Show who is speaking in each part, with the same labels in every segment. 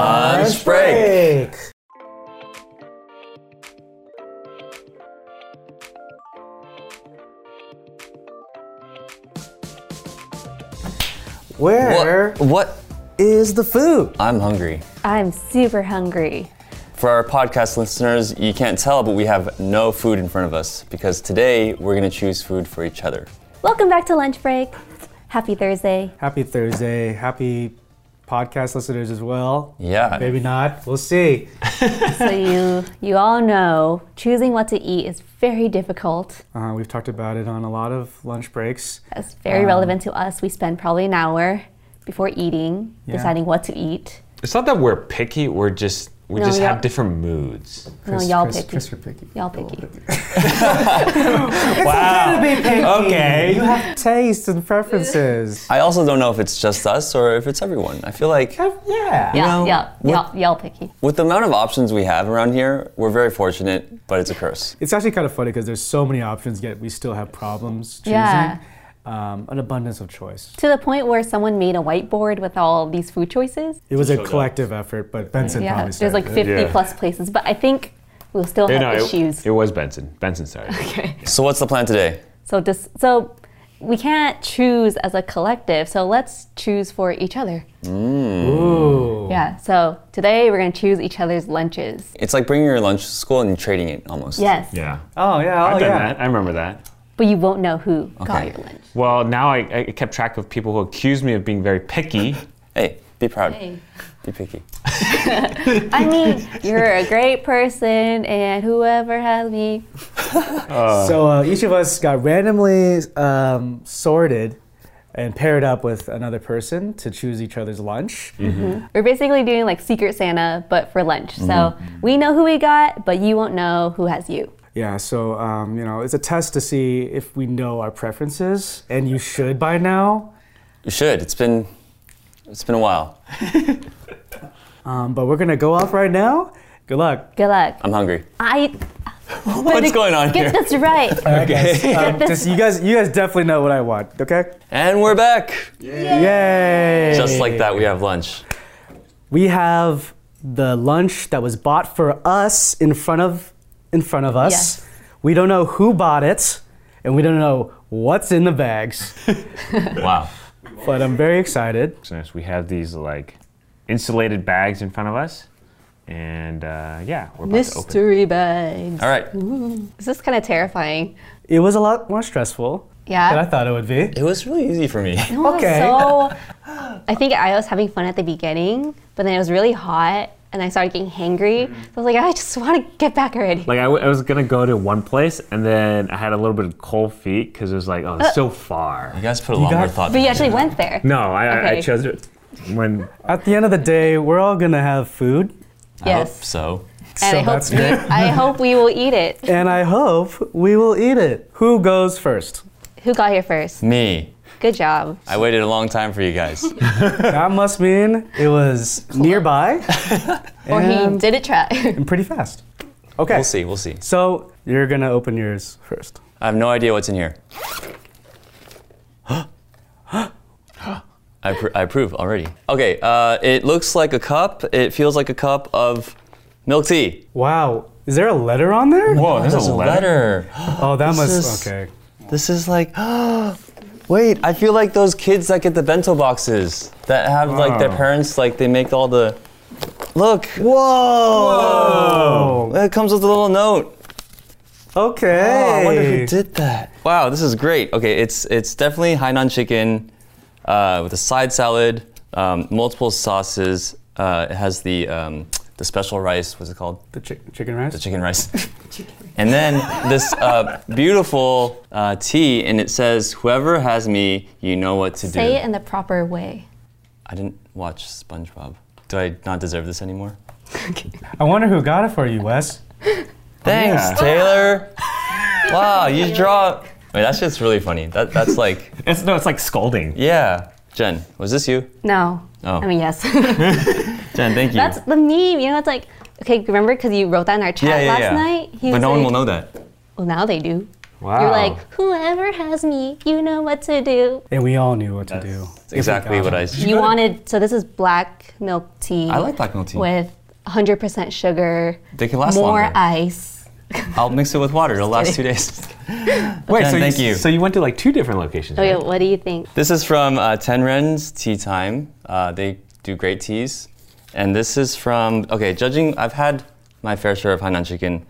Speaker 1: Lunch break.
Speaker 2: Where
Speaker 1: What, what?
Speaker 2: is the food?
Speaker 1: I'm hungry.
Speaker 3: I'm super hungry.
Speaker 1: For our podcast listeners, you can't tell, but we have no food in front of us because today we're going to choose food for each other.
Speaker 3: Welcome back to lunch break. Happy Thursday.
Speaker 2: Happy Thursday. Happy podcast listeners as well.
Speaker 1: Yeah.
Speaker 2: Maybe not. We'll see.
Speaker 3: So you you all know choosing what to eat is very difficult.
Speaker 2: Uh, we've talked about it on a lot of lunch breaks.
Speaker 3: That's very relevant to us. We spend probably an hour before eating deciding what to eat.
Speaker 4: It's not that we're picky. We're just we
Speaker 3: No,
Speaker 4: just
Speaker 3: yeah.
Speaker 4: have different moods.
Speaker 3: no, y'all
Speaker 2: Chris,
Speaker 3: picky.
Speaker 2: Chris, you're picky.
Speaker 3: Y'all picky.
Speaker 2: Wow. Okay. You have tastes and preferences.
Speaker 1: I also don't know if it's just us or if it's everyone. I feel like
Speaker 2: yeah.
Speaker 3: Yeah,
Speaker 1: know,
Speaker 3: yeah,
Speaker 1: what-
Speaker 3: y'all, y'all picky.
Speaker 1: with the amount of options we have around here, we're very fortunate, but it's a curse.
Speaker 2: It's actually kind of funny because there's so many options, yet we still have problems choosing.
Speaker 3: Yeah.
Speaker 2: Um, an abundance of choice.
Speaker 3: To the point where someone made a whiteboard with all these food choices.
Speaker 2: It was a collective effort, but Benson
Speaker 3: Yeah,
Speaker 2: probably
Speaker 3: there's
Speaker 2: started uh,
Speaker 3: like
Speaker 2: it.
Speaker 3: 50
Speaker 4: Yeah.
Speaker 3: plus places, but I think we'll still have
Speaker 4: no,
Speaker 3: issues.
Speaker 4: it, it was Benson. Benson started.
Speaker 1: So, what's the plan today?
Speaker 3: So just so we can't choose as a collective. So let's choose for each other.
Speaker 1: Mm.
Speaker 2: Ooh.
Speaker 3: Yeah. So today we're gonna choose each other's lunches.
Speaker 1: It's like bringing your lunch to school and trading it almost.
Speaker 3: Yes.
Speaker 4: Yeah.
Speaker 2: Oh yeah. Oh
Speaker 4: I've done
Speaker 2: yeah.
Speaker 4: that. I remember that.
Speaker 3: But you won't know who got
Speaker 1: Okay.
Speaker 3: your lunch.
Speaker 4: Well, now I, I kept track of people who accused me of being very picky.
Speaker 1: Hey, be proud. Be picky.
Speaker 3: I mean, you're a great person, and whoever has me.
Speaker 2: So uh, each of us got randomly um, sorted and paired up with another person to choose each other's lunch.
Speaker 3: We're basically doing like Secret Santa, but for lunch. So
Speaker 1: Mm-hmm.
Speaker 3: we know who we got, but you won't know who has you.
Speaker 2: Yeah, so um, you know, it's a test to see if we know our preferences, and you should by now.
Speaker 1: You should. It's been it's been a while.
Speaker 2: Um, but we're gonna go off right now. Good luck.
Speaker 3: Good luck.
Speaker 1: I'm hungry.
Speaker 3: I.
Speaker 1: What's going on here?
Speaker 3: Get this right.
Speaker 2: Okay.
Speaker 3: this-
Speaker 2: just you guys, you guys definitely know what I want. Okay.
Speaker 1: And we're back.
Speaker 2: Yay!
Speaker 1: Just like that, we have lunch.
Speaker 2: we have the lunch that was bought for us in front of in front of us.
Speaker 3: Yes.
Speaker 2: We don't know who bought it, and we don't know what's in the bags.
Speaker 1: Wow.
Speaker 2: but I'm very excited.
Speaker 4: So we have these like insulated bags in front of us, and uh, yeah, we're about to open.
Speaker 3: Mystery bags.
Speaker 1: All right.
Speaker 3: This is kind of terrifying.
Speaker 2: It was a lot more stressful
Speaker 3: Yeah.
Speaker 2: than I thought it would be.
Speaker 1: It was really easy for me.
Speaker 3: It was
Speaker 2: Okay.
Speaker 3: So I think I was having fun at the beginning, but then it was really hot and I started getting hangry. So I was like, I just want to get back already.
Speaker 4: Like I, w- I was gonna go to one place, and then I had a little bit of cold feet because it was like, oh, it's so far.
Speaker 1: You guys put a lot more
Speaker 2: got-
Speaker 1: thought.
Speaker 3: but you
Speaker 1: into
Speaker 3: actually
Speaker 1: it.
Speaker 3: went there.
Speaker 4: No, I, I,
Speaker 3: Okay.
Speaker 4: I chose it when
Speaker 2: At the end of the day, we're all gonna have food,
Speaker 1: I hope
Speaker 3: Yes.
Speaker 1: so.
Speaker 3: and I
Speaker 2: so
Speaker 3: hope
Speaker 2: that's
Speaker 3: we,
Speaker 2: good.
Speaker 3: I hope we will eat it.
Speaker 2: and I hope we will eat it. Who goes first?
Speaker 3: Who got here first?
Speaker 1: Me.
Speaker 3: Good job.
Speaker 1: I waited a long time for you guys.
Speaker 2: That must mean it was nearby
Speaker 3: Or he
Speaker 2: and
Speaker 3: did it try.
Speaker 2: and pretty fast. Okay.
Speaker 1: We'll see. We'll see.
Speaker 2: So you're gonna open yours first.
Speaker 1: I have no idea what's in here. I, pr- I approve already. Okay. Uh, it looks like a cup. It feels like a cup of milk tea.
Speaker 2: Wow. Is there a letter on there?
Speaker 4: whoa, there's, a letter.
Speaker 2: Oh, that must.
Speaker 1: is-
Speaker 2: Okay.
Speaker 1: This is like. Wait, I feel like those kids that get the bento boxes that have like their
Speaker 4: Wow.
Speaker 1: parents like they make all the. Look,
Speaker 2: Whoa.
Speaker 1: it comes with a little note.
Speaker 2: Okay.
Speaker 1: Oh, I wonder who did that. Wow, this is great. Okay, it's it's definitely Hainan chicken uh, with a side salad, um, multiple sauces. Uh, it has the um, the special rice. What's it called?
Speaker 2: The chick- chicken rice.
Speaker 1: The chicken rice. and then this uh, beautiful uh, tea, and it says, "Whoever has me, you know what to do."
Speaker 3: Say it in the proper way.
Speaker 1: I didn't watch SpongeBob. Do I not deserve this anymore?
Speaker 2: I wonder who got it for you, Wes.
Speaker 1: Thanks,
Speaker 4: Yeah.
Speaker 1: Taylor. wow, you draw. Wait, that shit's really funny. That that's like,
Speaker 4: It's no, it's like scolding.
Speaker 1: yeah. Jen, was this you?
Speaker 3: No.
Speaker 1: Oh.
Speaker 3: I mean, yes.
Speaker 1: Jen, thank you.
Speaker 3: That's the meme. You know, it's like, okay, remember because you wrote that in our chat
Speaker 1: yeah, yeah,
Speaker 3: last
Speaker 1: yeah.
Speaker 3: night? He
Speaker 1: but
Speaker 3: was
Speaker 1: no one
Speaker 3: like-
Speaker 1: will know that.
Speaker 3: Well, now they do.
Speaker 4: Wow.
Speaker 3: You're like, whoever has me, you know what to do.
Speaker 2: And we all knew what to do.
Speaker 1: That's exactly what I.
Speaker 3: You wanted, so this is black milk tea.
Speaker 1: I like black milk tea.
Speaker 3: With 100% sugar.
Speaker 1: They can last
Speaker 3: More
Speaker 1: longer.
Speaker 3: ice.
Speaker 1: I'll mix it with water. It'll last two days. Wait,
Speaker 4: so
Speaker 1: thank you.
Speaker 4: So you went to like two different locations.
Speaker 3: Okay,
Speaker 4: right?
Speaker 3: what do you think?
Speaker 1: This is from uh, Tenren's Tea Time. Uh, they do great teas. And this is from, okay, judging, I've had my fair share of Hainan chicken.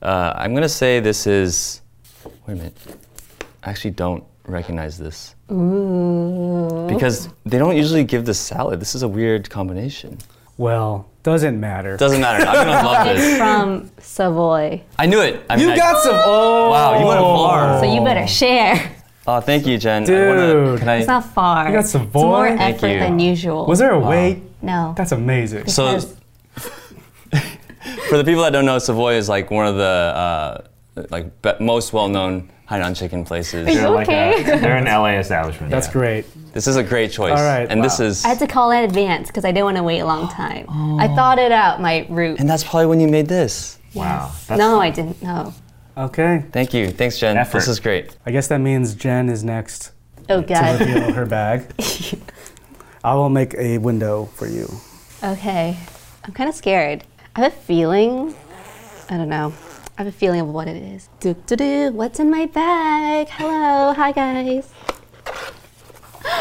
Speaker 1: Uh, I'm going to say this is, wait a minute, I actually don't recognize this.
Speaker 3: Oh.
Speaker 1: Because they don't usually give this salad. This is a weird combination.
Speaker 2: Well, doesn't matter.
Speaker 1: Doesn't matter. I'm going to love this.
Speaker 3: It's from Savoy.
Speaker 1: I knew it. I mean,
Speaker 2: you
Speaker 1: I-
Speaker 2: got some. Oh,
Speaker 1: Wow, you went far.
Speaker 3: So you better share.
Speaker 1: Oh, thank you, Jen. I wanna-
Speaker 2: Dude.
Speaker 1: can I-
Speaker 3: It's not far.
Speaker 2: You got Savoy?
Speaker 3: It's more
Speaker 2: Thank
Speaker 3: effort
Speaker 1: you.
Speaker 3: than usual.
Speaker 2: Was there a wait?
Speaker 3: No.
Speaker 2: That's amazing.
Speaker 1: So,
Speaker 3: Because-
Speaker 1: for the people that don't know, Savoy is like one of the uh, like be- most well-known Hainan chicken places.
Speaker 3: Are you
Speaker 4: They're like
Speaker 3: okay?
Speaker 4: a- they're an LA establishment.
Speaker 2: That's
Speaker 4: yeah.
Speaker 2: great.
Speaker 1: This is a great choice.
Speaker 2: All right,
Speaker 1: and this
Speaker 2: wow.
Speaker 1: is
Speaker 3: I had to call in advance because I didn't want to wait a long time. I thought it out, my route.
Speaker 1: Oh. and that's probably when you made this.
Speaker 4: Wow. That's,
Speaker 3: No, I didn't know.
Speaker 2: Okay.
Speaker 1: Thank you. Thanks, Jen.
Speaker 4: Effort.
Speaker 1: This is great.
Speaker 2: I guess that means Jen is next
Speaker 3: Oh,
Speaker 2: to
Speaker 3: God.
Speaker 2: reveal her bag. I will make a window for you.
Speaker 3: Okay. I'm kind of scared. I have a feeling. I don't know. I have a feeling of what it is. Do, do, do. What's in my bag? Hello. Hi, guys.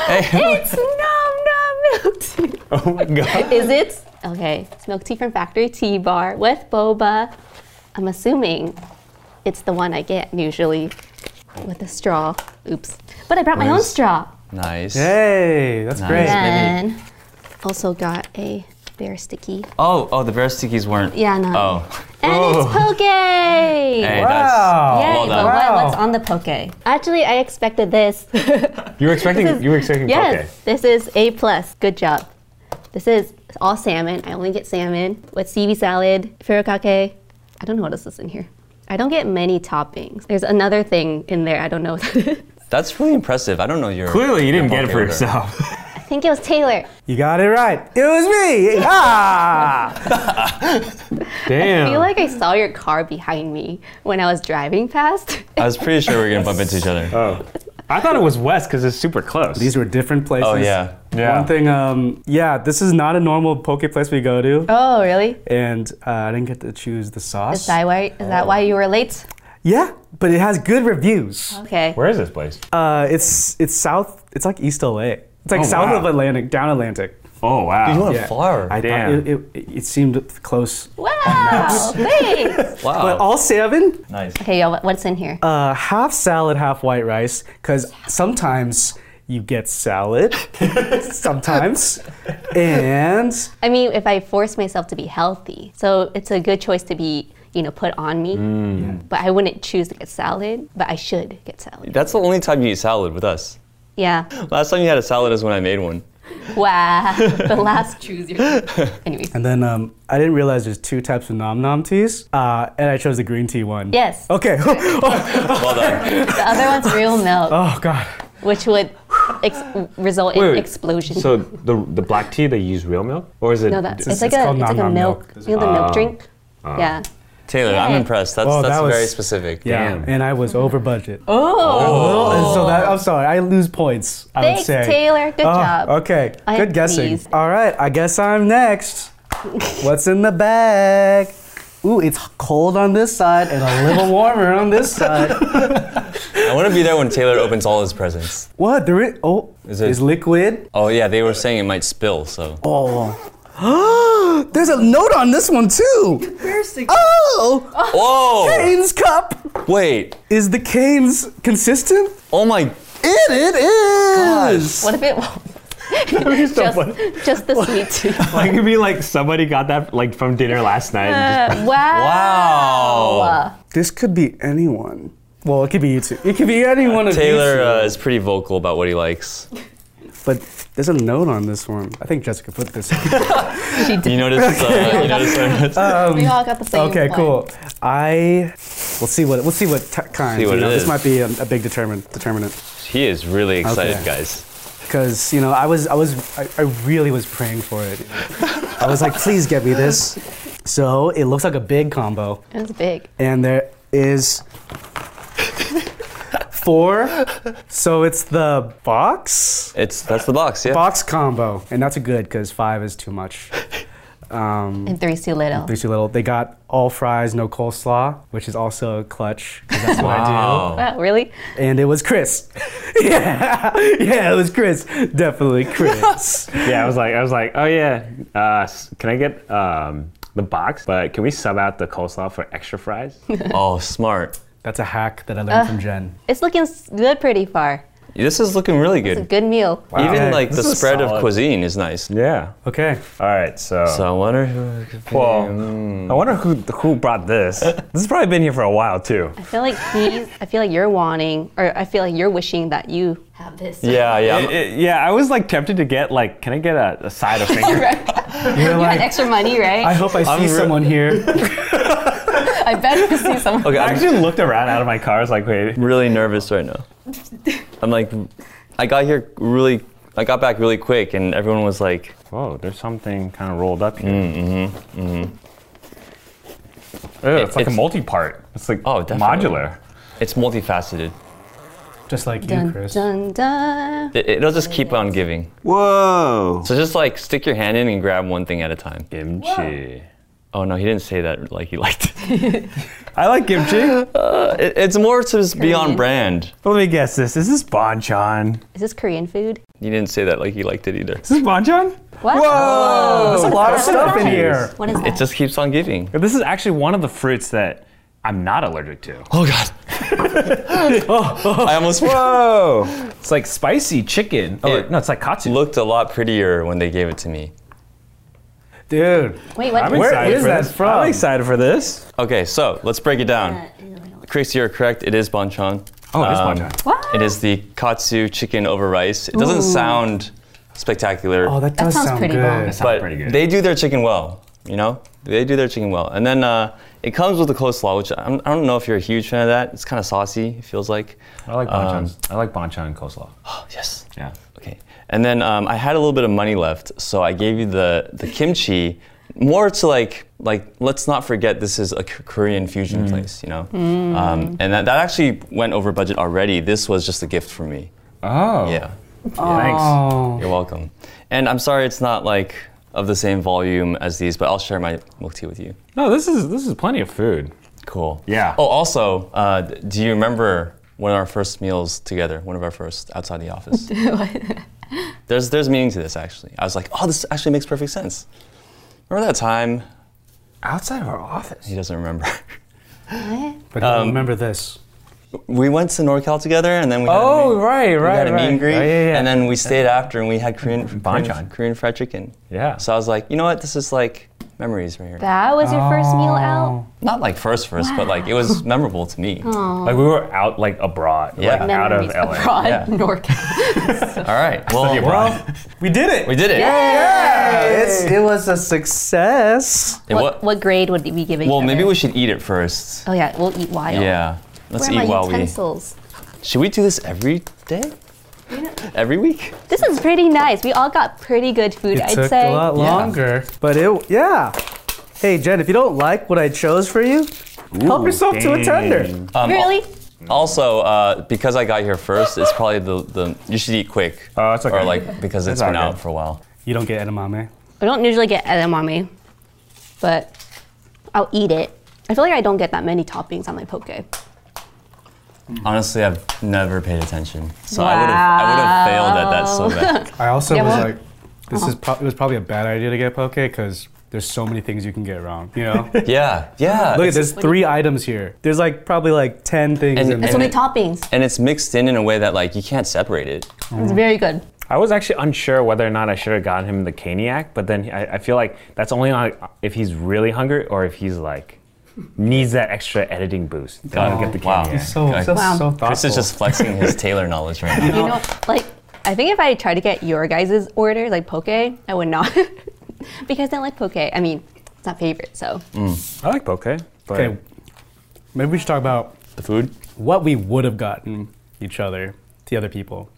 Speaker 1: Hey.
Speaker 3: It's Nom Nom Milk Tea.
Speaker 4: Oh my god.
Speaker 3: Is it? Okay, it's milk tea from Factory Tea Bar with boba. I'm assuming it's the one I get usually with a straw. Oops. But I brought my own
Speaker 1: Where's-
Speaker 3: straw.
Speaker 1: nice.
Speaker 2: Hey, that's
Speaker 1: Nice.
Speaker 2: great.
Speaker 1: Yeah. maybe-
Speaker 3: Then also got a bear sticky.
Speaker 1: Oh, oh, the bear stickies weren't.
Speaker 3: Yeah, no.
Speaker 1: Oh.
Speaker 3: And it's poke!
Speaker 1: Hey,
Speaker 3: Yay,
Speaker 2: Wow.
Speaker 1: that's well
Speaker 3: but
Speaker 1: done.
Speaker 3: what,
Speaker 2: Wow.
Speaker 3: what's on the poke? Actually, I expected this.
Speaker 4: You were expecting. you were expecting.
Speaker 3: Yes, this is A plus. Good job. This is all salmon. I only get salmon with seaweed salad, furikake. I don't know what else is in here. I don't get many toppings. There's another thing in there. I don't know. what that is.
Speaker 1: That's really impressive. I don't know your.
Speaker 4: Clearly, you didn't
Speaker 1: your
Speaker 4: get it for
Speaker 1: order.
Speaker 4: yourself.
Speaker 3: I think it was Taylor.
Speaker 2: You got it right. It was me. Ah!
Speaker 4: Damn.
Speaker 3: I feel like I saw your car behind me when I was driving past.
Speaker 1: I was pretty sure we were gonna bump into each other.
Speaker 4: oh. I thought it was West because it's super close.
Speaker 2: These were different places.
Speaker 1: Oh yeah.
Speaker 4: yeah.
Speaker 2: One thing, um, yeah, this is not a normal poke place we go to,
Speaker 3: oh, really?
Speaker 2: and uh, I didn't get to choose the
Speaker 3: Is
Speaker 2: sauce.
Speaker 3: that why? Is that why you were late?
Speaker 2: Yeah, but it has good reviews.
Speaker 3: Okay.
Speaker 4: Where is this place?
Speaker 2: Uh, it's it's south. It's like East LA. It's like
Speaker 4: Oh,
Speaker 2: south
Speaker 4: wow.
Speaker 2: of Atlantic, down Atlantic.
Speaker 4: Oh wow.
Speaker 1: You went far.
Speaker 2: I thought
Speaker 4: Damn.
Speaker 2: it, it, it seemed close.
Speaker 3: Wow. Thanks.
Speaker 1: wow.
Speaker 2: But all seven,
Speaker 1: nice.
Speaker 3: okay, y'all. what- What's in here?
Speaker 2: uh, half salad, half white rice, because sometimes you get salad, sometimes, and
Speaker 3: I mean, if I force myself to be healthy, so it's a good choice to be, you know, put on me. But I wouldn't choose to get salad, but I should get salad.
Speaker 1: That's the only time you eat salad with us.
Speaker 3: Yeah.
Speaker 1: Last time you had a salad is when I made one.
Speaker 3: Wow. the last choose your. Anyways.
Speaker 2: and then um, I didn't realize there's two types of nom nom teas, uh, and I chose the green tea one.
Speaker 3: Yes.
Speaker 2: Okay. oh,
Speaker 1: Well done.
Speaker 3: The other one's real milk,
Speaker 2: oh, God.
Speaker 3: which would ex- result
Speaker 4: Wait,
Speaker 3: in
Speaker 4: wait.
Speaker 3: explosion.
Speaker 4: So the the black tea they use real milk or is it?
Speaker 3: no, that's
Speaker 2: It's-
Speaker 3: it's, like
Speaker 2: it's
Speaker 3: a
Speaker 2: called
Speaker 3: it's like a
Speaker 2: nom nom
Speaker 3: milk.
Speaker 2: milk.
Speaker 3: You know the milk drink. yeah.
Speaker 1: Taylor, I'm
Speaker 3: Yay.
Speaker 1: impressed. That's
Speaker 2: Well,
Speaker 1: that's
Speaker 2: Oh, that was-
Speaker 1: very specific.
Speaker 2: Yeah,
Speaker 4: Damn.
Speaker 2: and I was over budget.
Speaker 3: Oh.
Speaker 2: And so that I'm sorry, I lose points. I
Speaker 3: Thanks,
Speaker 2: would say.
Speaker 3: Taylor. Good
Speaker 2: Oh,
Speaker 3: job.
Speaker 2: Okay,
Speaker 3: I
Speaker 2: good
Speaker 3: am
Speaker 2: guessing.
Speaker 3: pleased.
Speaker 2: All right, I guess I'm next. What's in the bag? Ooh, it's cold on this side and a little warmer on this side.
Speaker 1: I want to be there when Taylor opens all his presents.
Speaker 2: What? There is oh,
Speaker 1: Is
Speaker 2: is
Speaker 1: it-
Speaker 2: liquid?
Speaker 1: Oh yeah, they were saying it might spill, so
Speaker 2: Oh, there's a note on this one too. Oh,
Speaker 1: Whoa!
Speaker 2: Canes cup.
Speaker 1: Wait.
Speaker 2: Is the canes consistent?
Speaker 1: Oh my
Speaker 2: It it is.
Speaker 3: What if it? just, just the sweet tea.
Speaker 4: like it'd be like somebody got that like from dinner last night. And
Speaker 3: wow.
Speaker 1: Wow.
Speaker 2: This could be anyone. Well, it could be you two. It could be anyone of you
Speaker 1: Taylor
Speaker 2: two.
Speaker 1: uh, is pretty vocal about what he likes.
Speaker 2: But there's a note on this one. I think Jessica put this.
Speaker 3: She did.
Speaker 1: You notice? Uh, you notice?
Speaker 3: we all got the same.
Speaker 2: okay,
Speaker 3: one.
Speaker 2: cool. I we'll see what we'll see what t- kind.
Speaker 1: See what
Speaker 2: you know,
Speaker 1: it is.
Speaker 2: This might be a, a big determinant determinant
Speaker 1: he is really excited,
Speaker 2: Okay.
Speaker 1: guys.
Speaker 2: because you know I was I was I, I really was praying for it. I was like, please get me this. So it looks like a big combo,
Speaker 3: It was big.
Speaker 2: and there is four. So it's the box?
Speaker 1: It's that's the box. Yeah.
Speaker 2: Box combo. And that's a good because five is too much. Um,
Speaker 3: And three's too little.
Speaker 2: Three's too little. They got all fries, no coleslaw, which is also a clutch 'cause that's what I
Speaker 1: Wow.
Speaker 3: Wow, really?
Speaker 2: do. And it was Chris. yeah, yeah, it was Chris. Definitely Chris.
Speaker 4: Yeah, I was like, I was like, oh yeah, uh, s- can I get um, the box? But can we sub out the coleslaw for extra fries?
Speaker 1: Oh, smart.
Speaker 2: that's a hack that I learned from Jen.
Speaker 3: It's looking s- good pretty far.
Speaker 1: This is looking really
Speaker 3: It's a
Speaker 1: good.
Speaker 3: good meal.
Speaker 1: Even
Speaker 2: Okay,
Speaker 1: like the
Speaker 2: this is
Speaker 1: spread
Speaker 4: solid.
Speaker 1: of cuisine is nice.
Speaker 4: yeah.
Speaker 2: Okay.
Speaker 4: All right. So,
Speaker 1: So mm. I wonder who it could be.
Speaker 4: well, I wonder who who brought this. This has probably been here for a while too.
Speaker 3: I feel like he's. I feel like you're wanting, or I feel like you're wishing that you have this.
Speaker 1: Yeah, yeah.
Speaker 4: It- it- yeah, I was like tempted to get like, can I get a, a side of finger?
Speaker 2: You're
Speaker 3: You had
Speaker 2: like,
Speaker 3: extra money, right?
Speaker 2: I hope I see
Speaker 1: re-
Speaker 2: someone here.
Speaker 3: I bet you see someone.
Speaker 1: Okay,
Speaker 4: I
Speaker 1: I'm
Speaker 4: actually looked around out of my car. I was like, wait,
Speaker 1: really nervous right now. I'm like, I got here really. I got back really quick, and everyone was like,
Speaker 4: whoa, there's something kind of rolled up here.
Speaker 1: Mm,
Speaker 4: Mm-hmm. Mm-hmm. it's, like
Speaker 1: it's-
Speaker 4: a multi-part. It's like
Speaker 1: Oh, definitely.
Speaker 4: modular.
Speaker 1: "It's multifaceted.
Speaker 2: Just like you,
Speaker 3: Dun
Speaker 2: Chris.
Speaker 3: dun dun.
Speaker 1: It, it'll just keep on giving."
Speaker 4: Whoa.
Speaker 1: So just like stick your hand in and grab one thing at a time.
Speaker 4: Kimchi.
Speaker 1: Oh no, he didn't say that like he liked it.
Speaker 4: I like kimchi.
Speaker 1: It- it's more to just be on
Speaker 3: Korean.
Speaker 1: brand.
Speaker 4: Let me guess this. Is this banchan?
Speaker 3: Is this Korean food?
Speaker 1: He didn't say that like he liked it either.
Speaker 4: Is this banchan?
Speaker 3: What? Oh.
Speaker 4: Whoa!
Speaker 2: There's a lot of
Speaker 3: That's
Speaker 2: stuff in
Speaker 4: nice.
Speaker 2: here.
Speaker 3: What is
Speaker 1: It
Speaker 3: that?
Speaker 1: just keeps on giving.
Speaker 4: This is actually one of the fruits that I'm not allergic to.
Speaker 1: Oh god. I almost
Speaker 4: Whoa! it's like spicy chicken. Oh,
Speaker 1: It-
Speaker 4: no, it's like katsu.
Speaker 1: looked a lot prettier when they gave it to me.
Speaker 2: Dude.
Speaker 3: Wait, what?
Speaker 4: I'm
Speaker 2: Where
Speaker 4: excited
Speaker 2: is
Speaker 4: for
Speaker 2: that
Speaker 4: this.
Speaker 2: from?
Speaker 4: I'm excited for this.
Speaker 1: Okay, so let's break it down.
Speaker 3: That- ew, I don't-
Speaker 1: Chris, you're correct. It is banchan.
Speaker 4: Oh, it's
Speaker 1: Um,
Speaker 4: banchan.
Speaker 3: What?
Speaker 1: It is the katsu chicken over rice. It doesn't sound spectacular,
Speaker 2: Oh, that
Speaker 3: That
Speaker 2: does
Speaker 3: sounds
Speaker 2: sound
Speaker 3: pretty
Speaker 2: good.
Speaker 3: bomb.
Speaker 4: That sounds
Speaker 1: but
Speaker 4: pretty good.
Speaker 1: they do their chicken well. You know, they do their chicken well. And then uh, it comes with the coleslaw, which I'm, I don't know if you're a huge fan of that. It's kind of saucy. It feels like.
Speaker 4: I like banchan. I like banchan coleslaw.
Speaker 1: Oh yes.
Speaker 4: Oh, Yeah.
Speaker 1: Okay. And then um, I had a little bit of money left, so I gave you the the kimchi, more to like like let's not forget this is a K- Korean fusion place, you know. Um, and that, that actually went over budget already. This was just a gift for me.
Speaker 4: Oh.
Speaker 1: Yeah.
Speaker 4: Thanks.
Speaker 2: Oh.
Speaker 1: You're welcome. And I'm sorry it's not like of the same volume as these, but I'll share my milk tea with you.
Speaker 4: No, this is this is plenty of food.
Speaker 1: Cool.
Speaker 4: Yeah.
Speaker 1: Oh, also, uh, d- do you remember one of our first meals together? One of our first outside the office. there's there's meaning to this actually. I was like, oh, this actually makes perfect sense. Remember that time?
Speaker 4: Outside of our office.
Speaker 1: He doesn't remember.
Speaker 3: What?
Speaker 2: But oh, remember this.
Speaker 1: we went to NorCal together, and then we had a
Speaker 4: Oh,
Speaker 1: meet,
Speaker 4: right,
Speaker 1: we
Speaker 4: right,
Speaker 1: had a meet
Speaker 4: right.
Speaker 1: and greet,
Speaker 4: Oh, yeah, yeah.
Speaker 1: and then we stayed after, and we had Korean Korean,
Speaker 4: Banchan.
Speaker 1: Korean fried chicken.
Speaker 4: Yeah.
Speaker 1: So I was like, you know what? This is like memories right here.
Speaker 3: That was your first meal out?
Speaker 1: Not like first first, but like it was memorable to me.
Speaker 4: Like we were out like abroad.
Speaker 1: Yeah.
Speaker 4: Like, out of
Speaker 3: Memories
Speaker 4: LA.
Speaker 3: abroad,
Speaker 1: yeah.
Speaker 3: NorCal.
Speaker 1: All right. Well,
Speaker 4: Well,
Speaker 2: We did it.
Speaker 1: we did it.
Speaker 2: It's, it was a success.
Speaker 1: And
Speaker 3: what, what grade would we give it?
Speaker 1: Well, maybe we should eat it first.
Speaker 3: Oh yeah, we'll eat wild.
Speaker 1: Yeah. Let's
Speaker 3: Where
Speaker 1: eat
Speaker 3: are my
Speaker 1: while we.
Speaker 3: utensils?
Speaker 1: Should we do this every day? Every week?
Speaker 3: This is pretty nice. We all got pretty good food,
Speaker 2: It
Speaker 3: I'd
Speaker 2: took
Speaker 3: say.
Speaker 2: a lot
Speaker 1: Yeah.
Speaker 2: longer, but it yeah. Hey Jen, if you don't like what I chose for you, help yourself to a tender.
Speaker 1: Um, al-
Speaker 3: Really?
Speaker 1: Also, uh, because I got here first, it's probably the, the you should eat quick.
Speaker 4: Oh, it's
Speaker 1: Or
Speaker 4: okay.
Speaker 1: like because
Speaker 4: It's
Speaker 1: it's been
Speaker 4: all
Speaker 1: out
Speaker 4: good.
Speaker 1: for a while.
Speaker 2: You don't get edamame.
Speaker 3: I don't usually get edamame, but I'll eat it. I feel like I don't get that many toppings on my poke.
Speaker 1: Honestly, I've never paid attention, so I would have I would have failed at that so bad.
Speaker 2: I also
Speaker 3: Yeah,
Speaker 2: was
Speaker 3: well- uh-huh.
Speaker 2: like, this is pro- it was probably a bad idea to get poke because there's so many things you can get wrong. You know, look
Speaker 1: Yeah, yeah.
Speaker 2: at
Speaker 1: it's-
Speaker 2: there's three items here. There's like probably like ten things
Speaker 1: And-
Speaker 2: in
Speaker 3: There's
Speaker 2: there.
Speaker 3: so
Speaker 1: and-
Speaker 3: many toppings.
Speaker 1: And it's mixed in in a way that like you can't separate it.
Speaker 3: It's
Speaker 2: Mm.
Speaker 3: very good.
Speaker 4: I was actually unsure whether or not I should have gotten him the caniac, but then I, I feel like that's only on if he's really hungry or if he's like needs that extra editing boost. Then I'll get the
Speaker 1: Wow.
Speaker 4: caniac.
Speaker 2: So
Speaker 1: Okay.
Speaker 2: that's so
Speaker 3: Wow.
Speaker 2: thoughtful.
Speaker 1: Chris is just flexing his tailor knowledge right now.
Speaker 2: Oh.
Speaker 3: You know, like I think if I tried to get your guys' order, like poke, I would not, because I don't like poke. I mean, it's not favorite. So
Speaker 2: Mm.
Speaker 4: I like poke. But
Speaker 2: okay. Maybe we should talk about
Speaker 1: The food?
Speaker 2: what we would have
Speaker 1: Mm.
Speaker 2: gotten each other, the other people.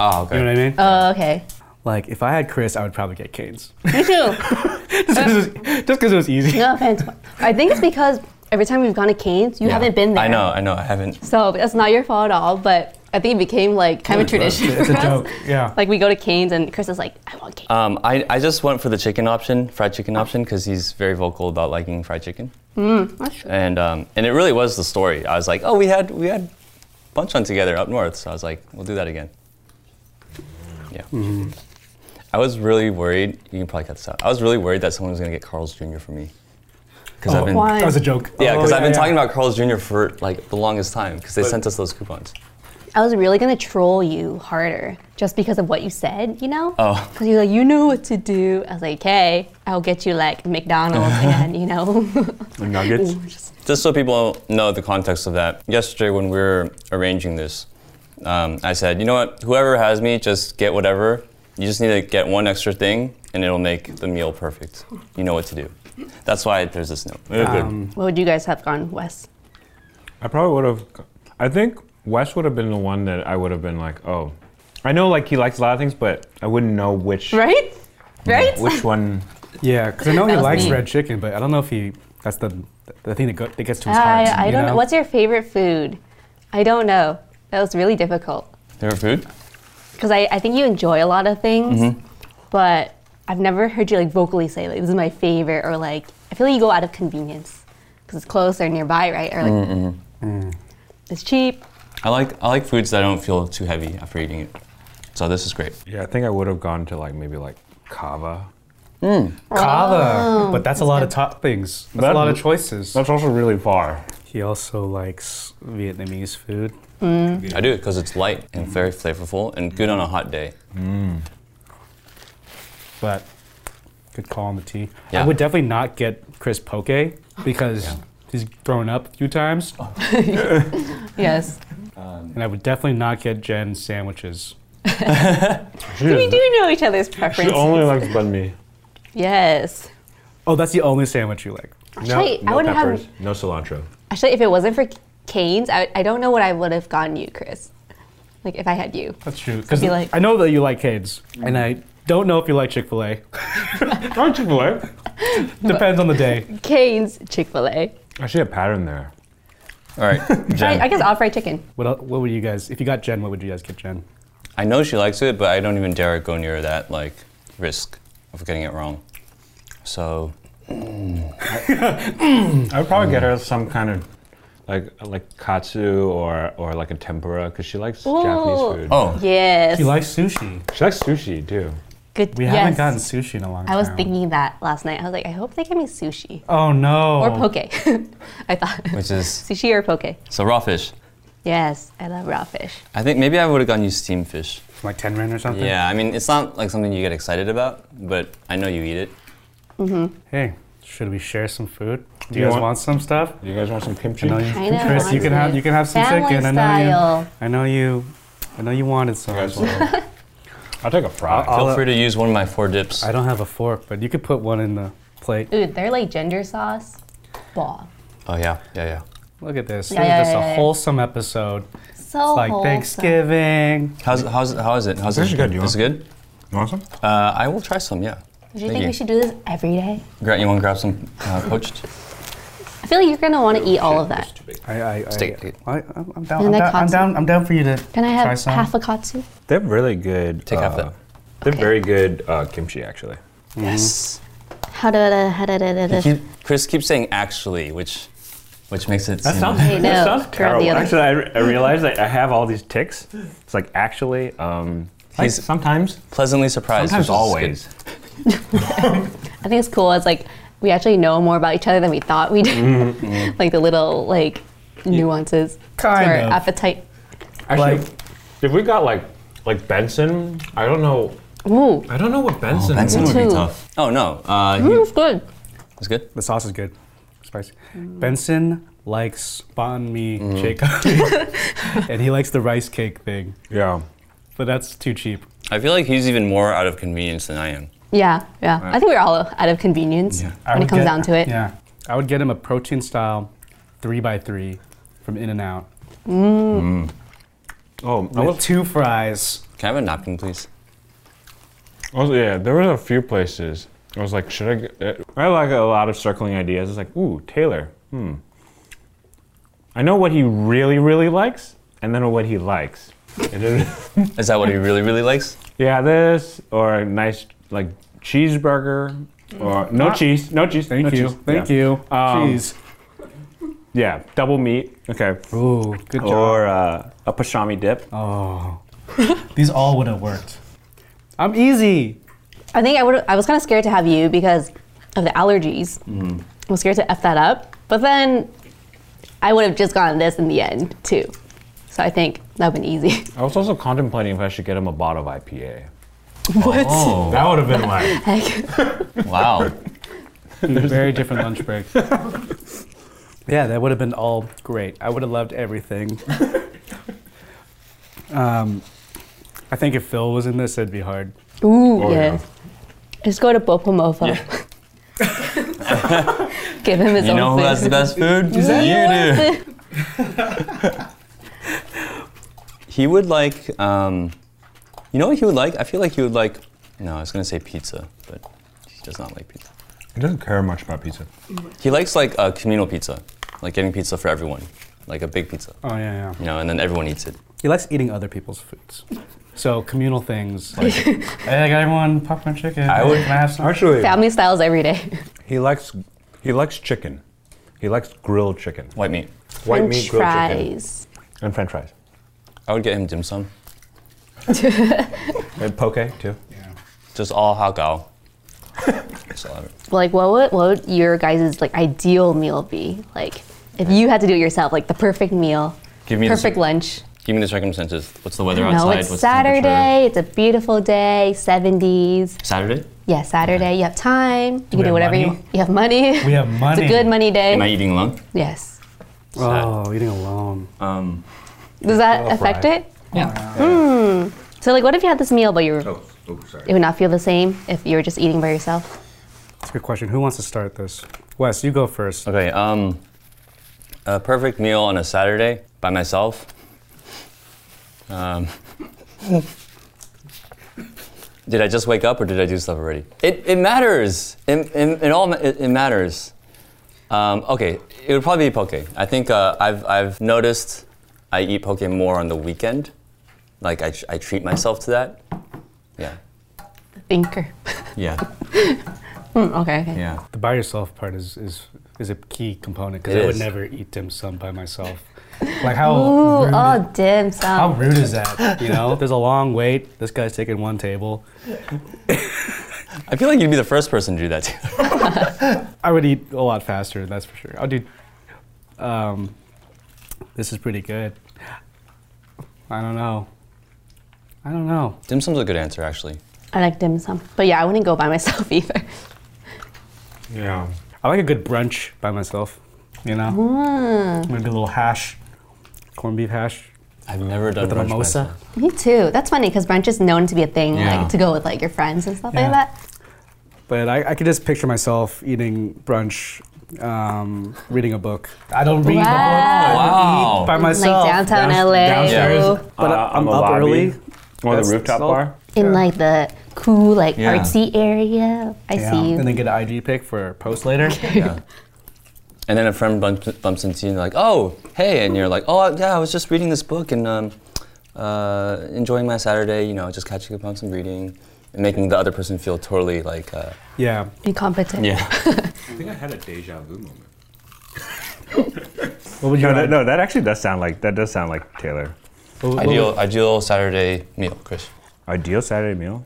Speaker 1: Oh, okay.
Speaker 2: You know what I mean?
Speaker 3: Oh, okay.
Speaker 2: Like if I had Chris, I would probably get canes.
Speaker 3: Me too. Uh,
Speaker 2: just because it was easy.
Speaker 3: No offense. I think it's because every time we've gone to Canes, you
Speaker 1: Yeah.
Speaker 3: haven't been there.
Speaker 1: I know, I know, I haven't.
Speaker 3: So that's not your fault at all. But I think it became like kind of a tradition.
Speaker 2: It's a
Speaker 3: for us.
Speaker 2: joke, yeah.
Speaker 3: Like we go to Canes and Chris is like, I want Canes.
Speaker 1: Um, I, I just went for the chicken option, fried
Speaker 2: Oh.
Speaker 1: chicken option, because he's very vocal about liking fried chicken.
Speaker 3: That's true.
Speaker 1: And um, and it really was the story. I was like, oh, we had we had bunch on together up north, so I was like, we'll do that again. Yeah.
Speaker 2: Mm-hmm.
Speaker 1: I was really worried. You can probably cut this out. I was really worried that someone was gonna get Carl's Jr. for me, because I've been
Speaker 3: Why?
Speaker 2: That was a joke.
Speaker 1: yeah,
Speaker 2: Oh,
Speaker 1: because I've been
Speaker 2: yeah.
Speaker 1: talking about Carl's Jr. for like the longest time because they sent us those coupons.
Speaker 3: I was really gonna troll you harder just because of what you said, you know? Oh. Because you're like, you know what to do. I was like, okay, I'll get you like McDonald's and, you know,
Speaker 5: The nuggets.
Speaker 1: Just so people know the context of that, yesterday when we were arranging this, um, I said, you know what, whoever has me, just get whatever. You just need to get one extra thing, and it'll make the meal perfect. You know what to do. That's why there's this note.
Speaker 3: what would you guys have gone, Wes?
Speaker 4: I probably would have. I think Wes would have been the one that I would have been like, oh, I know like he likes a lot of things, but I wouldn't know which
Speaker 3: Right? Right?
Speaker 4: which one.
Speaker 2: Yeah, because I know he
Speaker 3: That was
Speaker 2: likes
Speaker 3: me.
Speaker 2: red chicken, but I don't know if he. That's the the thing that, go, that gets to his heart.
Speaker 3: I, I
Speaker 2: you
Speaker 3: don't know. What's your favorite food? I don't know. That was really difficult.
Speaker 1: Favorite food?
Speaker 3: Because I, I think you enjoy a lot of things, but I've never heard you like vocally say, like, this is my favorite, or like, I feel like you go out of convenience because it's close or nearby, right? Or like, Mm. it's cheap.
Speaker 1: I like I like foods that don't feel too heavy after eating it. So this is great.
Speaker 4: Yeah, I think I would have gone to like maybe like kava.
Speaker 3: Oh.
Speaker 2: Kava, but that's a lot of top things. That's
Speaker 4: That-
Speaker 2: a lot of choices.
Speaker 4: That's also really far.
Speaker 2: He also likes Vietnamese food.
Speaker 1: I do it because it's light and very flavorful and good on a hot day.
Speaker 2: but good call on the tea.
Speaker 1: Yeah.
Speaker 2: I would definitely not get Chris Poke because he's thrown up a few times,
Speaker 3: Yes.
Speaker 2: and I would definitely not get Jen sandwiches.
Speaker 3: we do know each other's preferences.
Speaker 4: She only likes bun me.
Speaker 3: yes.
Speaker 2: Oh, that's the only sandwich you like.
Speaker 3: Actually, I wouldn't have-
Speaker 4: No cilantro.
Speaker 3: Actually, if it wasn't for Canes, I, I don't know what I would have gotten you, Chris. Like, if I had you.
Speaker 2: That's true. Because
Speaker 3: Be like-
Speaker 2: I know that you like Cades, and I don't know if you like Chick Fil A. Oh,
Speaker 4: Not Chick-fil-A.
Speaker 2: Depends on the day.
Speaker 3: Canes, Chick fil A.
Speaker 4: I see a pattern there.
Speaker 1: All right, Jen.
Speaker 3: I I guess all fried chicken.
Speaker 2: What el- what would you guys? If you got Jen, what would you guys get Jen?
Speaker 1: I know she likes it, but I don't even dare go near that like risk of getting it wrong. So
Speaker 4: I would probably get her some kind of like like katsu or or like a tempura because she likes
Speaker 3: Ooh.
Speaker 4: Japanese food.
Speaker 1: oh
Speaker 3: Yes.
Speaker 2: She likes sushi.
Speaker 4: She likes sushi too.
Speaker 3: Good.
Speaker 2: We
Speaker 3: yes.
Speaker 2: haven't gotten sushi in a long time.
Speaker 3: I was thinking that last night. I was like, I hope they give me sushi
Speaker 2: Oh no.
Speaker 3: or poke. I thought
Speaker 1: which is
Speaker 3: sushi or poke.
Speaker 1: so raw fish.
Speaker 3: Yes, I love raw fish.
Speaker 1: I think maybe I would have gotten you steamed fish.
Speaker 2: Like ten ren or something.
Speaker 1: Yeah, I mean it's not like something you get excited about, but I know you eat it.
Speaker 2: Hey, should we share some food? Do you,
Speaker 4: You
Speaker 2: guys
Speaker 4: want-
Speaker 2: want some stuff?
Speaker 4: You guys want some kimchi?
Speaker 2: I know you,
Speaker 3: Kind of
Speaker 2: Chris, you
Speaker 3: wants
Speaker 2: can have
Speaker 3: it.
Speaker 2: you can have some
Speaker 3: Family
Speaker 2: chicken. I know
Speaker 3: style.
Speaker 2: you. I know you. I know you wanted some.
Speaker 4: guys want- Uh, I'll take a fry.
Speaker 2: I'll-
Speaker 1: Feel
Speaker 2: I'll-
Speaker 1: free to use one of my four dips.
Speaker 2: I don't have a fork, but you could put one in the plate.
Speaker 3: Ooh, they're like ginger sauce. Wow.
Speaker 1: Oh yeah, yeah, yeah.
Speaker 2: Look at this.
Speaker 3: Yeah,
Speaker 2: this is
Speaker 3: yeah,
Speaker 2: just
Speaker 3: yeah,
Speaker 2: a
Speaker 3: yeah.
Speaker 2: wholesome episode.
Speaker 3: So
Speaker 2: It's like
Speaker 3: wholesome.
Speaker 2: Thanksgiving.
Speaker 1: How's how's how is it? How's
Speaker 4: This
Speaker 1: it?
Speaker 4: is good, you
Speaker 1: Is it good?
Speaker 4: You want some?
Speaker 1: Uh, I will try some. Yeah.
Speaker 3: Do you
Speaker 1: Thank
Speaker 3: think
Speaker 1: you.
Speaker 3: we should do this every day?
Speaker 1: Grant, you want to grab some uh, poached?
Speaker 3: I feel like you're gonna want to eat all of that.
Speaker 2: I, I, I,
Speaker 1: Stick it.
Speaker 2: I, I'm I'm down. I'm
Speaker 3: And the
Speaker 2: down, I'm
Speaker 3: katsu.
Speaker 2: down. I'm down for you to
Speaker 3: Can I
Speaker 2: try
Speaker 3: have
Speaker 2: some.
Speaker 3: half a katsu?
Speaker 4: They're really good. uh,
Speaker 1: Take half that.
Speaker 4: They're
Speaker 3: Okay.
Speaker 4: very good uh, kimchi actually.
Speaker 1: Yes.
Speaker 3: How da da how da da da da.
Speaker 1: Keep- Chris keeps saying actually, which which makes it seem
Speaker 3: I know. Girl, the other-
Speaker 4: Actually, I, re- I realized that I have all these ticks. It's like actually, um, like
Speaker 1: He's-
Speaker 4: sometimes,
Speaker 1: pleasantly surprised.
Speaker 4: sometimes
Speaker 1: which is
Speaker 4: always.
Speaker 3: I think it's cool. It's like we actually know more about each other than we thought we did.
Speaker 2: Mm-hmm.
Speaker 3: like the little like nuances
Speaker 2: Kind
Speaker 3: to our
Speaker 2: of.
Speaker 3: appetite.
Speaker 4: Actually,
Speaker 2: Like-
Speaker 4: if we got like like Benson, I don't know,
Speaker 3: Ooh,
Speaker 4: I don't know
Speaker 3: Oh,
Speaker 4: what Benson.
Speaker 1: good. Benson
Speaker 4: would-
Speaker 1: would be
Speaker 3: too.
Speaker 1: tough. Oh no, uh, he-
Speaker 3: it's good.
Speaker 1: it's good.
Speaker 2: The sauce is good. Spicy.
Speaker 3: Mm.
Speaker 2: Benson likes banh mi shake, and he likes the rice cake thing,
Speaker 4: Yeah.
Speaker 2: but that's too cheap.
Speaker 1: I feel like he's even more out of convenience than I am.
Speaker 3: Yeah, yeah. I think we're all out of convenience
Speaker 2: I
Speaker 3: when
Speaker 2: would
Speaker 3: it comes
Speaker 2: get-
Speaker 3: down to it.
Speaker 2: Yeah. I would get him a protein style three by three from In and Out.
Speaker 4: Oh, I
Speaker 2: With
Speaker 4: was,
Speaker 2: two fries.
Speaker 1: Can I have a napkin, please?
Speaker 4: I was- yeah. There were a few places. I was like, should I? Get, uh, I had, like a lot of circling ideas. It's like, ooh, Taylor. Hmm. I know what he really, really likes, and then what he likes. And then-
Speaker 1: Is that what he really, really likes?
Speaker 4: yeah, this or a nice like cheeseburger or no
Speaker 2: Ah.
Speaker 4: cheese, no cheese.
Speaker 2: Thank
Speaker 4: no
Speaker 2: you.
Speaker 4: cheese.
Speaker 2: Thank
Speaker 4: yeah.
Speaker 2: you.
Speaker 4: Um,
Speaker 2: Cheese.
Speaker 4: Yeah, double meat. Okay.
Speaker 2: Ooh, good job.
Speaker 4: Or uh, a pastrami dip.
Speaker 2: Oh. These all would have worked. I'm easy.
Speaker 3: I think I would. I was kind of scared to have you because of the allergies.
Speaker 1: Mm-hmm.
Speaker 3: I was scared to f that up, but then I would have just gotten this in the end too. So I think that would been easy.
Speaker 4: I was also contemplating if I should get him a bottle of IPA.
Speaker 3: What?
Speaker 1: Oh,
Speaker 4: That would have been like
Speaker 3: Heck.
Speaker 1: wow.
Speaker 2: Very different lunch break. yeah, that would have been all great. I would have loved everything. um, I think if Phil was in this, it'd be hard.
Speaker 3: Ooh,
Speaker 4: Oh,
Speaker 3: yes. Just go to Bopo Mofo. Give him his
Speaker 1: You
Speaker 3: own
Speaker 1: know who
Speaker 3: food.
Speaker 1: has the best food? you
Speaker 3: You do.
Speaker 1: do. He would like, um, you know what he would like? I feel like he would like, no, I was going to say pizza, but he does not like pizza.
Speaker 5: He doesn't care much about pizza.
Speaker 1: He likes like a communal pizza, like getting pizza for everyone, like a big pizza,
Speaker 2: Oh, yeah, yeah.
Speaker 1: you know, and then everyone eats it.
Speaker 2: He likes eating other people's foods. So communal things like, hey, I got everyone popcorn chicken.
Speaker 1: I would-
Speaker 2: Can I have some?
Speaker 5: Actually,
Speaker 3: Family styles every day.
Speaker 5: he likes he likes chicken. He likes grilled chicken,
Speaker 1: White meat.
Speaker 5: white
Speaker 3: French
Speaker 5: meat grilled chicken,
Speaker 3: fries.
Speaker 5: and French fries,
Speaker 1: I would get him dim sum,
Speaker 5: and poke too.
Speaker 1: just all hao gao. Just all of it.
Speaker 3: Like, what would what would your guys' like ideal meal be? Like, if you had to do it yourself, like the perfect meal,
Speaker 1: Give me the
Speaker 3: perfect
Speaker 1: cir-
Speaker 3: lunch.
Speaker 1: Give me the circumstances. What's the weather
Speaker 3: No,
Speaker 1: outside?
Speaker 3: it's
Speaker 1: What's the temperature?
Speaker 3: Saturday. It's a beautiful day. 70s.
Speaker 1: Saturday?
Speaker 3: Yeah, Saturday. You have time. You can do
Speaker 2: have
Speaker 3: whatever you
Speaker 2: money?
Speaker 3: want. You have money.
Speaker 2: We have
Speaker 3: It's
Speaker 2: money.
Speaker 3: a good money day.
Speaker 1: Am I eating alone?
Speaker 3: Yes.
Speaker 2: Oh, eating alone.
Speaker 1: Um,
Speaker 3: Does that
Speaker 5: Well,
Speaker 3: affect
Speaker 5: fried.
Speaker 3: it? Hmm. So, like, what if you had this meal, but you were,
Speaker 5: Oh, oh,
Speaker 3: it
Speaker 5: sorry.
Speaker 3: would not feel the same if you were just eating by yourself?
Speaker 2: That's a good question. Who wants to start this? Wes, you go first.
Speaker 1: okay. Um, a perfect meal on a Saturday by myself. Um, did I just wake up or did I do stuff already? It, it matters. It, it, it all ma- it, it matters. Um, okay, it would probably be poke. I think uh, I've, I've noticed I eat poke more on the weekend. Like I, tr- I treat myself to that. Yeah.
Speaker 3: Thinker.
Speaker 1: Yeah.
Speaker 3: Hmm, okay, okay.
Speaker 1: Yeah.
Speaker 2: The by yourself part is is is a key component because
Speaker 1: It
Speaker 2: I would
Speaker 1: is.
Speaker 2: never eat dim sum by myself. Like how
Speaker 3: Ooh,
Speaker 2: rude,
Speaker 3: oh, dim sum.
Speaker 2: how rude is that? You know, there's a long wait. This guy's taking one table.
Speaker 1: I feel like you'd be the first person to do that too.
Speaker 2: I would eat a lot faster. That's for sure. I'll do. Um, this is pretty good. I don't know. I don't know.
Speaker 1: Dim sum's a good answer, actually.
Speaker 3: I like dim sum. But yeah, I wouldn't go by myself either.
Speaker 5: Yeah.
Speaker 2: I like a good brunch by myself. You know,
Speaker 3: Mm.
Speaker 2: maybe a little hash, corned beef hash
Speaker 1: I've never done
Speaker 2: with a
Speaker 1: brunch
Speaker 2: mimosa.
Speaker 1: myself.
Speaker 3: Me too. That's funny because brunch is known to be a thing,
Speaker 1: Yeah.
Speaker 3: like to go with like your friends and stuff
Speaker 2: Yeah.
Speaker 3: like that.
Speaker 2: But I, I could just picture myself eating brunch, um, reading a book. I don't read the book.
Speaker 1: Wow.
Speaker 2: By myself.
Speaker 3: Like downtown
Speaker 2: Down-
Speaker 3: LA.
Speaker 2: downstairs.
Speaker 3: Yeah.
Speaker 2: But
Speaker 4: Uh,
Speaker 2: I'm
Speaker 4: on the
Speaker 2: up
Speaker 4: lobby.
Speaker 2: early.
Speaker 4: Or
Speaker 2: That's-
Speaker 4: the rooftop
Speaker 2: that's all-
Speaker 4: bar.
Speaker 3: In like the cool, like
Speaker 1: Yeah.
Speaker 3: artsy area. I see you.
Speaker 2: And then get an IG pic for post later.
Speaker 1: And then a friend bumps, bumps into you and they're like, oh, hey. And you're like, oh, yeah, I was just reading this book and um, uh, enjoying my Saturday, you know, just catching up on some reading and making the other person feel totally like, uh,
Speaker 2: yeah.
Speaker 3: Incompetent.
Speaker 1: yeah.
Speaker 5: I think I had a deja vu moment.
Speaker 2: What would you
Speaker 4: No,
Speaker 2: want?
Speaker 4: that, no, that actually does sound like that does sound like Taylor.
Speaker 2: What would- what
Speaker 1: ideal,
Speaker 2: would-
Speaker 1: ideal Saturday meal, Chris.
Speaker 4: Ideal Saturday meal?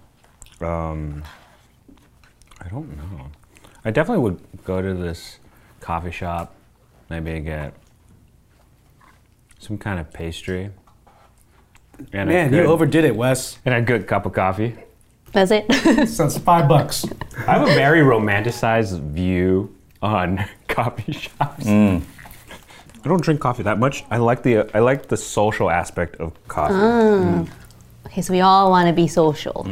Speaker 4: Um, I don't know. I definitely would go to this coffee shop, maybe get some kind of pastry. And a
Speaker 2: Man, you
Speaker 4: good-
Speaker 2: overdid it, Wes.
Speaker 4: and a good cup of coffee.
Speaker 3: That's it.
Speaker 2: That's five bucks.
Speaker 4: I have a very romanticized view on coffee shops.
Speaker 5: Mm.
Speaker 4: I don't drink coffee that much. I like the I like the social aspect of coffee.
Speaker 3: okay, so we all want to be social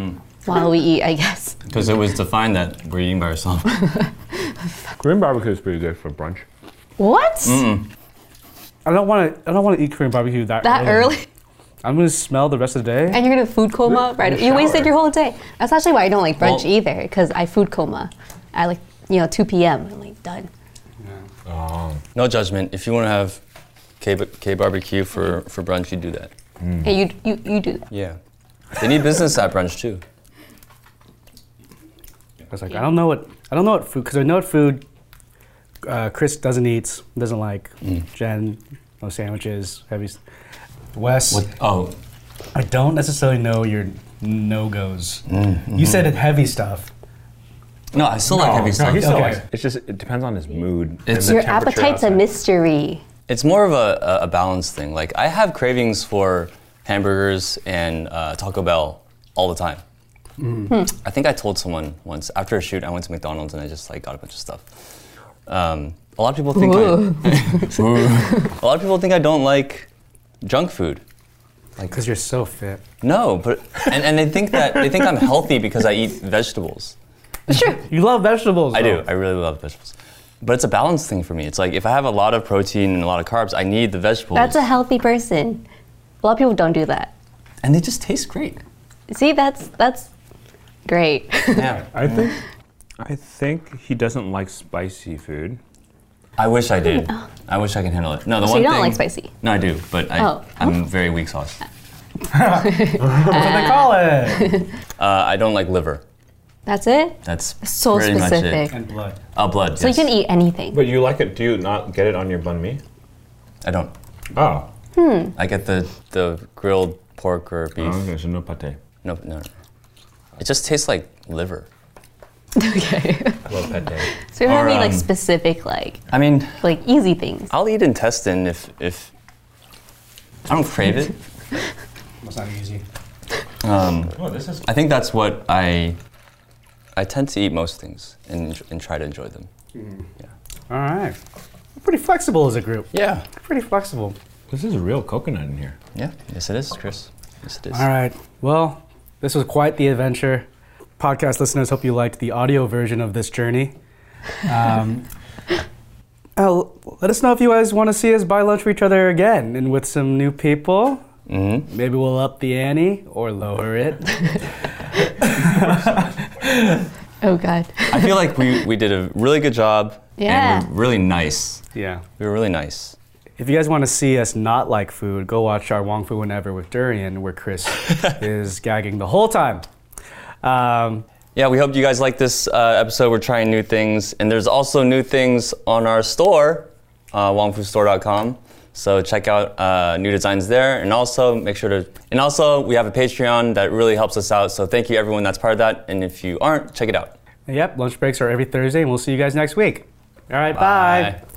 Speaker 3: while we eat, I guess.
Speaker 1: Because it was defined that we're eating by ourselves.
Speaker 5: Ah.
Speaker 4: Korean barbecue is pretty good for brunch.
Speaker 3: What?
Speaker 2: I don't want to. I don't want to eat Korean barbecue that,
Speaker 3: That early?
Speaker 2: I'm gonna smell the rest of the day.
Speaker 3: And you're gonna food coma, right? You wasted your whole day. That's actually why I don't like brunch
Speaker 1: Well-
Speaker 3: either, because I food coma. I like, you know, 2 p.m. I'm like done.
Speaker 5: Oh.
Speaker 1: no judgment. If you want to have K, K barbecue for, for brunch, you do that.
Speaker 3: And you, you, you do that.
Speaker 1: Yeah. They need business at brunch too.
Speaker 2: I was like, I don't know what I don't know what food because I know what food uh, Chris doesn't eat, doesn't like.
Speaker 3: Mm.
Speaker 2: Jen, no sandwiches, heavy. s- Wes,
Speaker 1: Oh,
Speaker 2: I don't necessarily know your no goes.
Speaker 3: Mm-hmm.
Speaker 2: You said it heavy stuff.
Speaker 1: no, I still
Speaker 4: Oh,
Speaker 1: like heavy stuff.
Speaker 5: he still
Speaker 2: Okay.
Speaker 5: likes it. It's just it depends on his mood. and
Speaker 1: It's-
Speaker 5: the
Speaker 3: Your
Speaker 5: temperature
Speaker 3: appetite's a
Speaker 5: outside.
Speaker 3: mystery.
Speaker 1: It's more of a, a- a balance thing. Like I have cravings for hamburgers and uh, Taco Bell all the time. I think I told someone once after a shoot, I went to McDonald's and I just like got a bunch of stuff. Um, a lot of people think I, a lot of people think I don't like junk food.
Speaker 2: Because you're so fit.
Speaker 1: No, but and, and they think that they think I'm healthy because I eat vegetables.
Speaker 2: You love vegetables.
Speaker 1: I do.
Speaker 4: Oh.
Speaker 2: though.
Speaker 1: I really love vegetables. But it's a balance thing for me. It's like if I have a lot of protein and a lot of carbs, I need the vegetables.
Speaker 3: That's a healthy person. A lot of people don't do that.
Speaker 1: and they just taste great.
Speaker 3: See, that's that's great.
Speaker 1: Yeah.
Speaker 5: I think
Speaker 4: I think he doesn't like spicy food.
Speaker 1: I wish I did. I wish I could handle it. No, the
Speaker 3: Mm, oh. So
Speaker 1: one
Speaker 3: you don't
Speaker 1: thing-
Speaker 3: like spicy?
Speaker 1: No, I do, but I,
Speaker 3: Oh. Uh.
Speaker 1: I'm very weak sauce.
Speaker 2: That's what they call it.
Speaker 1: Uh, I don't like liver.
Speaker 3: That's it.
Speaker 1: That's
Speaker 3: So
Speaker 1: pretty Much
Speaker 3: specific.
Speaker 1: it.
Speaker 2: and blood.
Speaker 1: Uh, blood.
Speaker 3: So you can eat anything.
Speaker 5: But you like it? Do you not get it on your bun mi?
Speaker 1: I don't.
Speaker 5: Oh.
Speaker 1: I get the the grilled pork or beef.
Speaker 5: Okay, so no pate.
Speaker 1: No, no, no. It just tastes like liver.
Speaker 3: okay.
Speaker 5: Love pate.
Speaker 3: So you're having
Speaker 1: Or,
Speaker 3: like
Speaker 1: um,
Speaker 3: specific, like
Speaker 1: I mean,
Speaker 3: like easy things.
Speaker 1: I'll eat intestine if if I don't crave it.
Speaker 2: That's not easy.
Speaker 5: oh, this is.
Speaker 1: I think that's what I I tend to eat most things and and try to enjoy them.
Speaker 2: All right. We're pretty flexible as a group.
Speaker 1: Yeah.
Speaker 2: Pretty flexible.
Speaker 5: This is real coconut in here.
Speaker 1: Yeah. Yes, it is, Chris. Yes, it is.
Speaker 2: All right. Well, this was quite the adventure. Podcast listeners, hope you liked the audio version of this journey. Um, uh, l- let us know if you guys want to see us buy lunch for each other again and with some new people.
Speaker 1: Mhm.
Speaker 2: Maybe we'll up the ante or lower it.
Speaker 3: Oh God.
Speaker 1: I feel like we, we did a really good job.
Speaker 3: Yeah.
Speaker 1: And we're really nice.
Speaker 2: yeah.
Speaker 1: We were really nice.
Speaker 2: If you guys want to see us not like food, go watch our Wong Fu Whenever with Durian, where Chris is gagging the whole time. Um,
Speaker 1: Yeah, we hope you guys like this uh, episode. We're trying new things. And there's also new things on our store, uh, wongfustore.com. So check out uh, new designs there. And also make sure to, and also we have a Patreon that really helps us out. So thank you everyone that's part of that. And if you aren't, check it out.
Speaker 2: yep, lunch breaks are every Thursday, and we'll see you guys next week. All right, bye.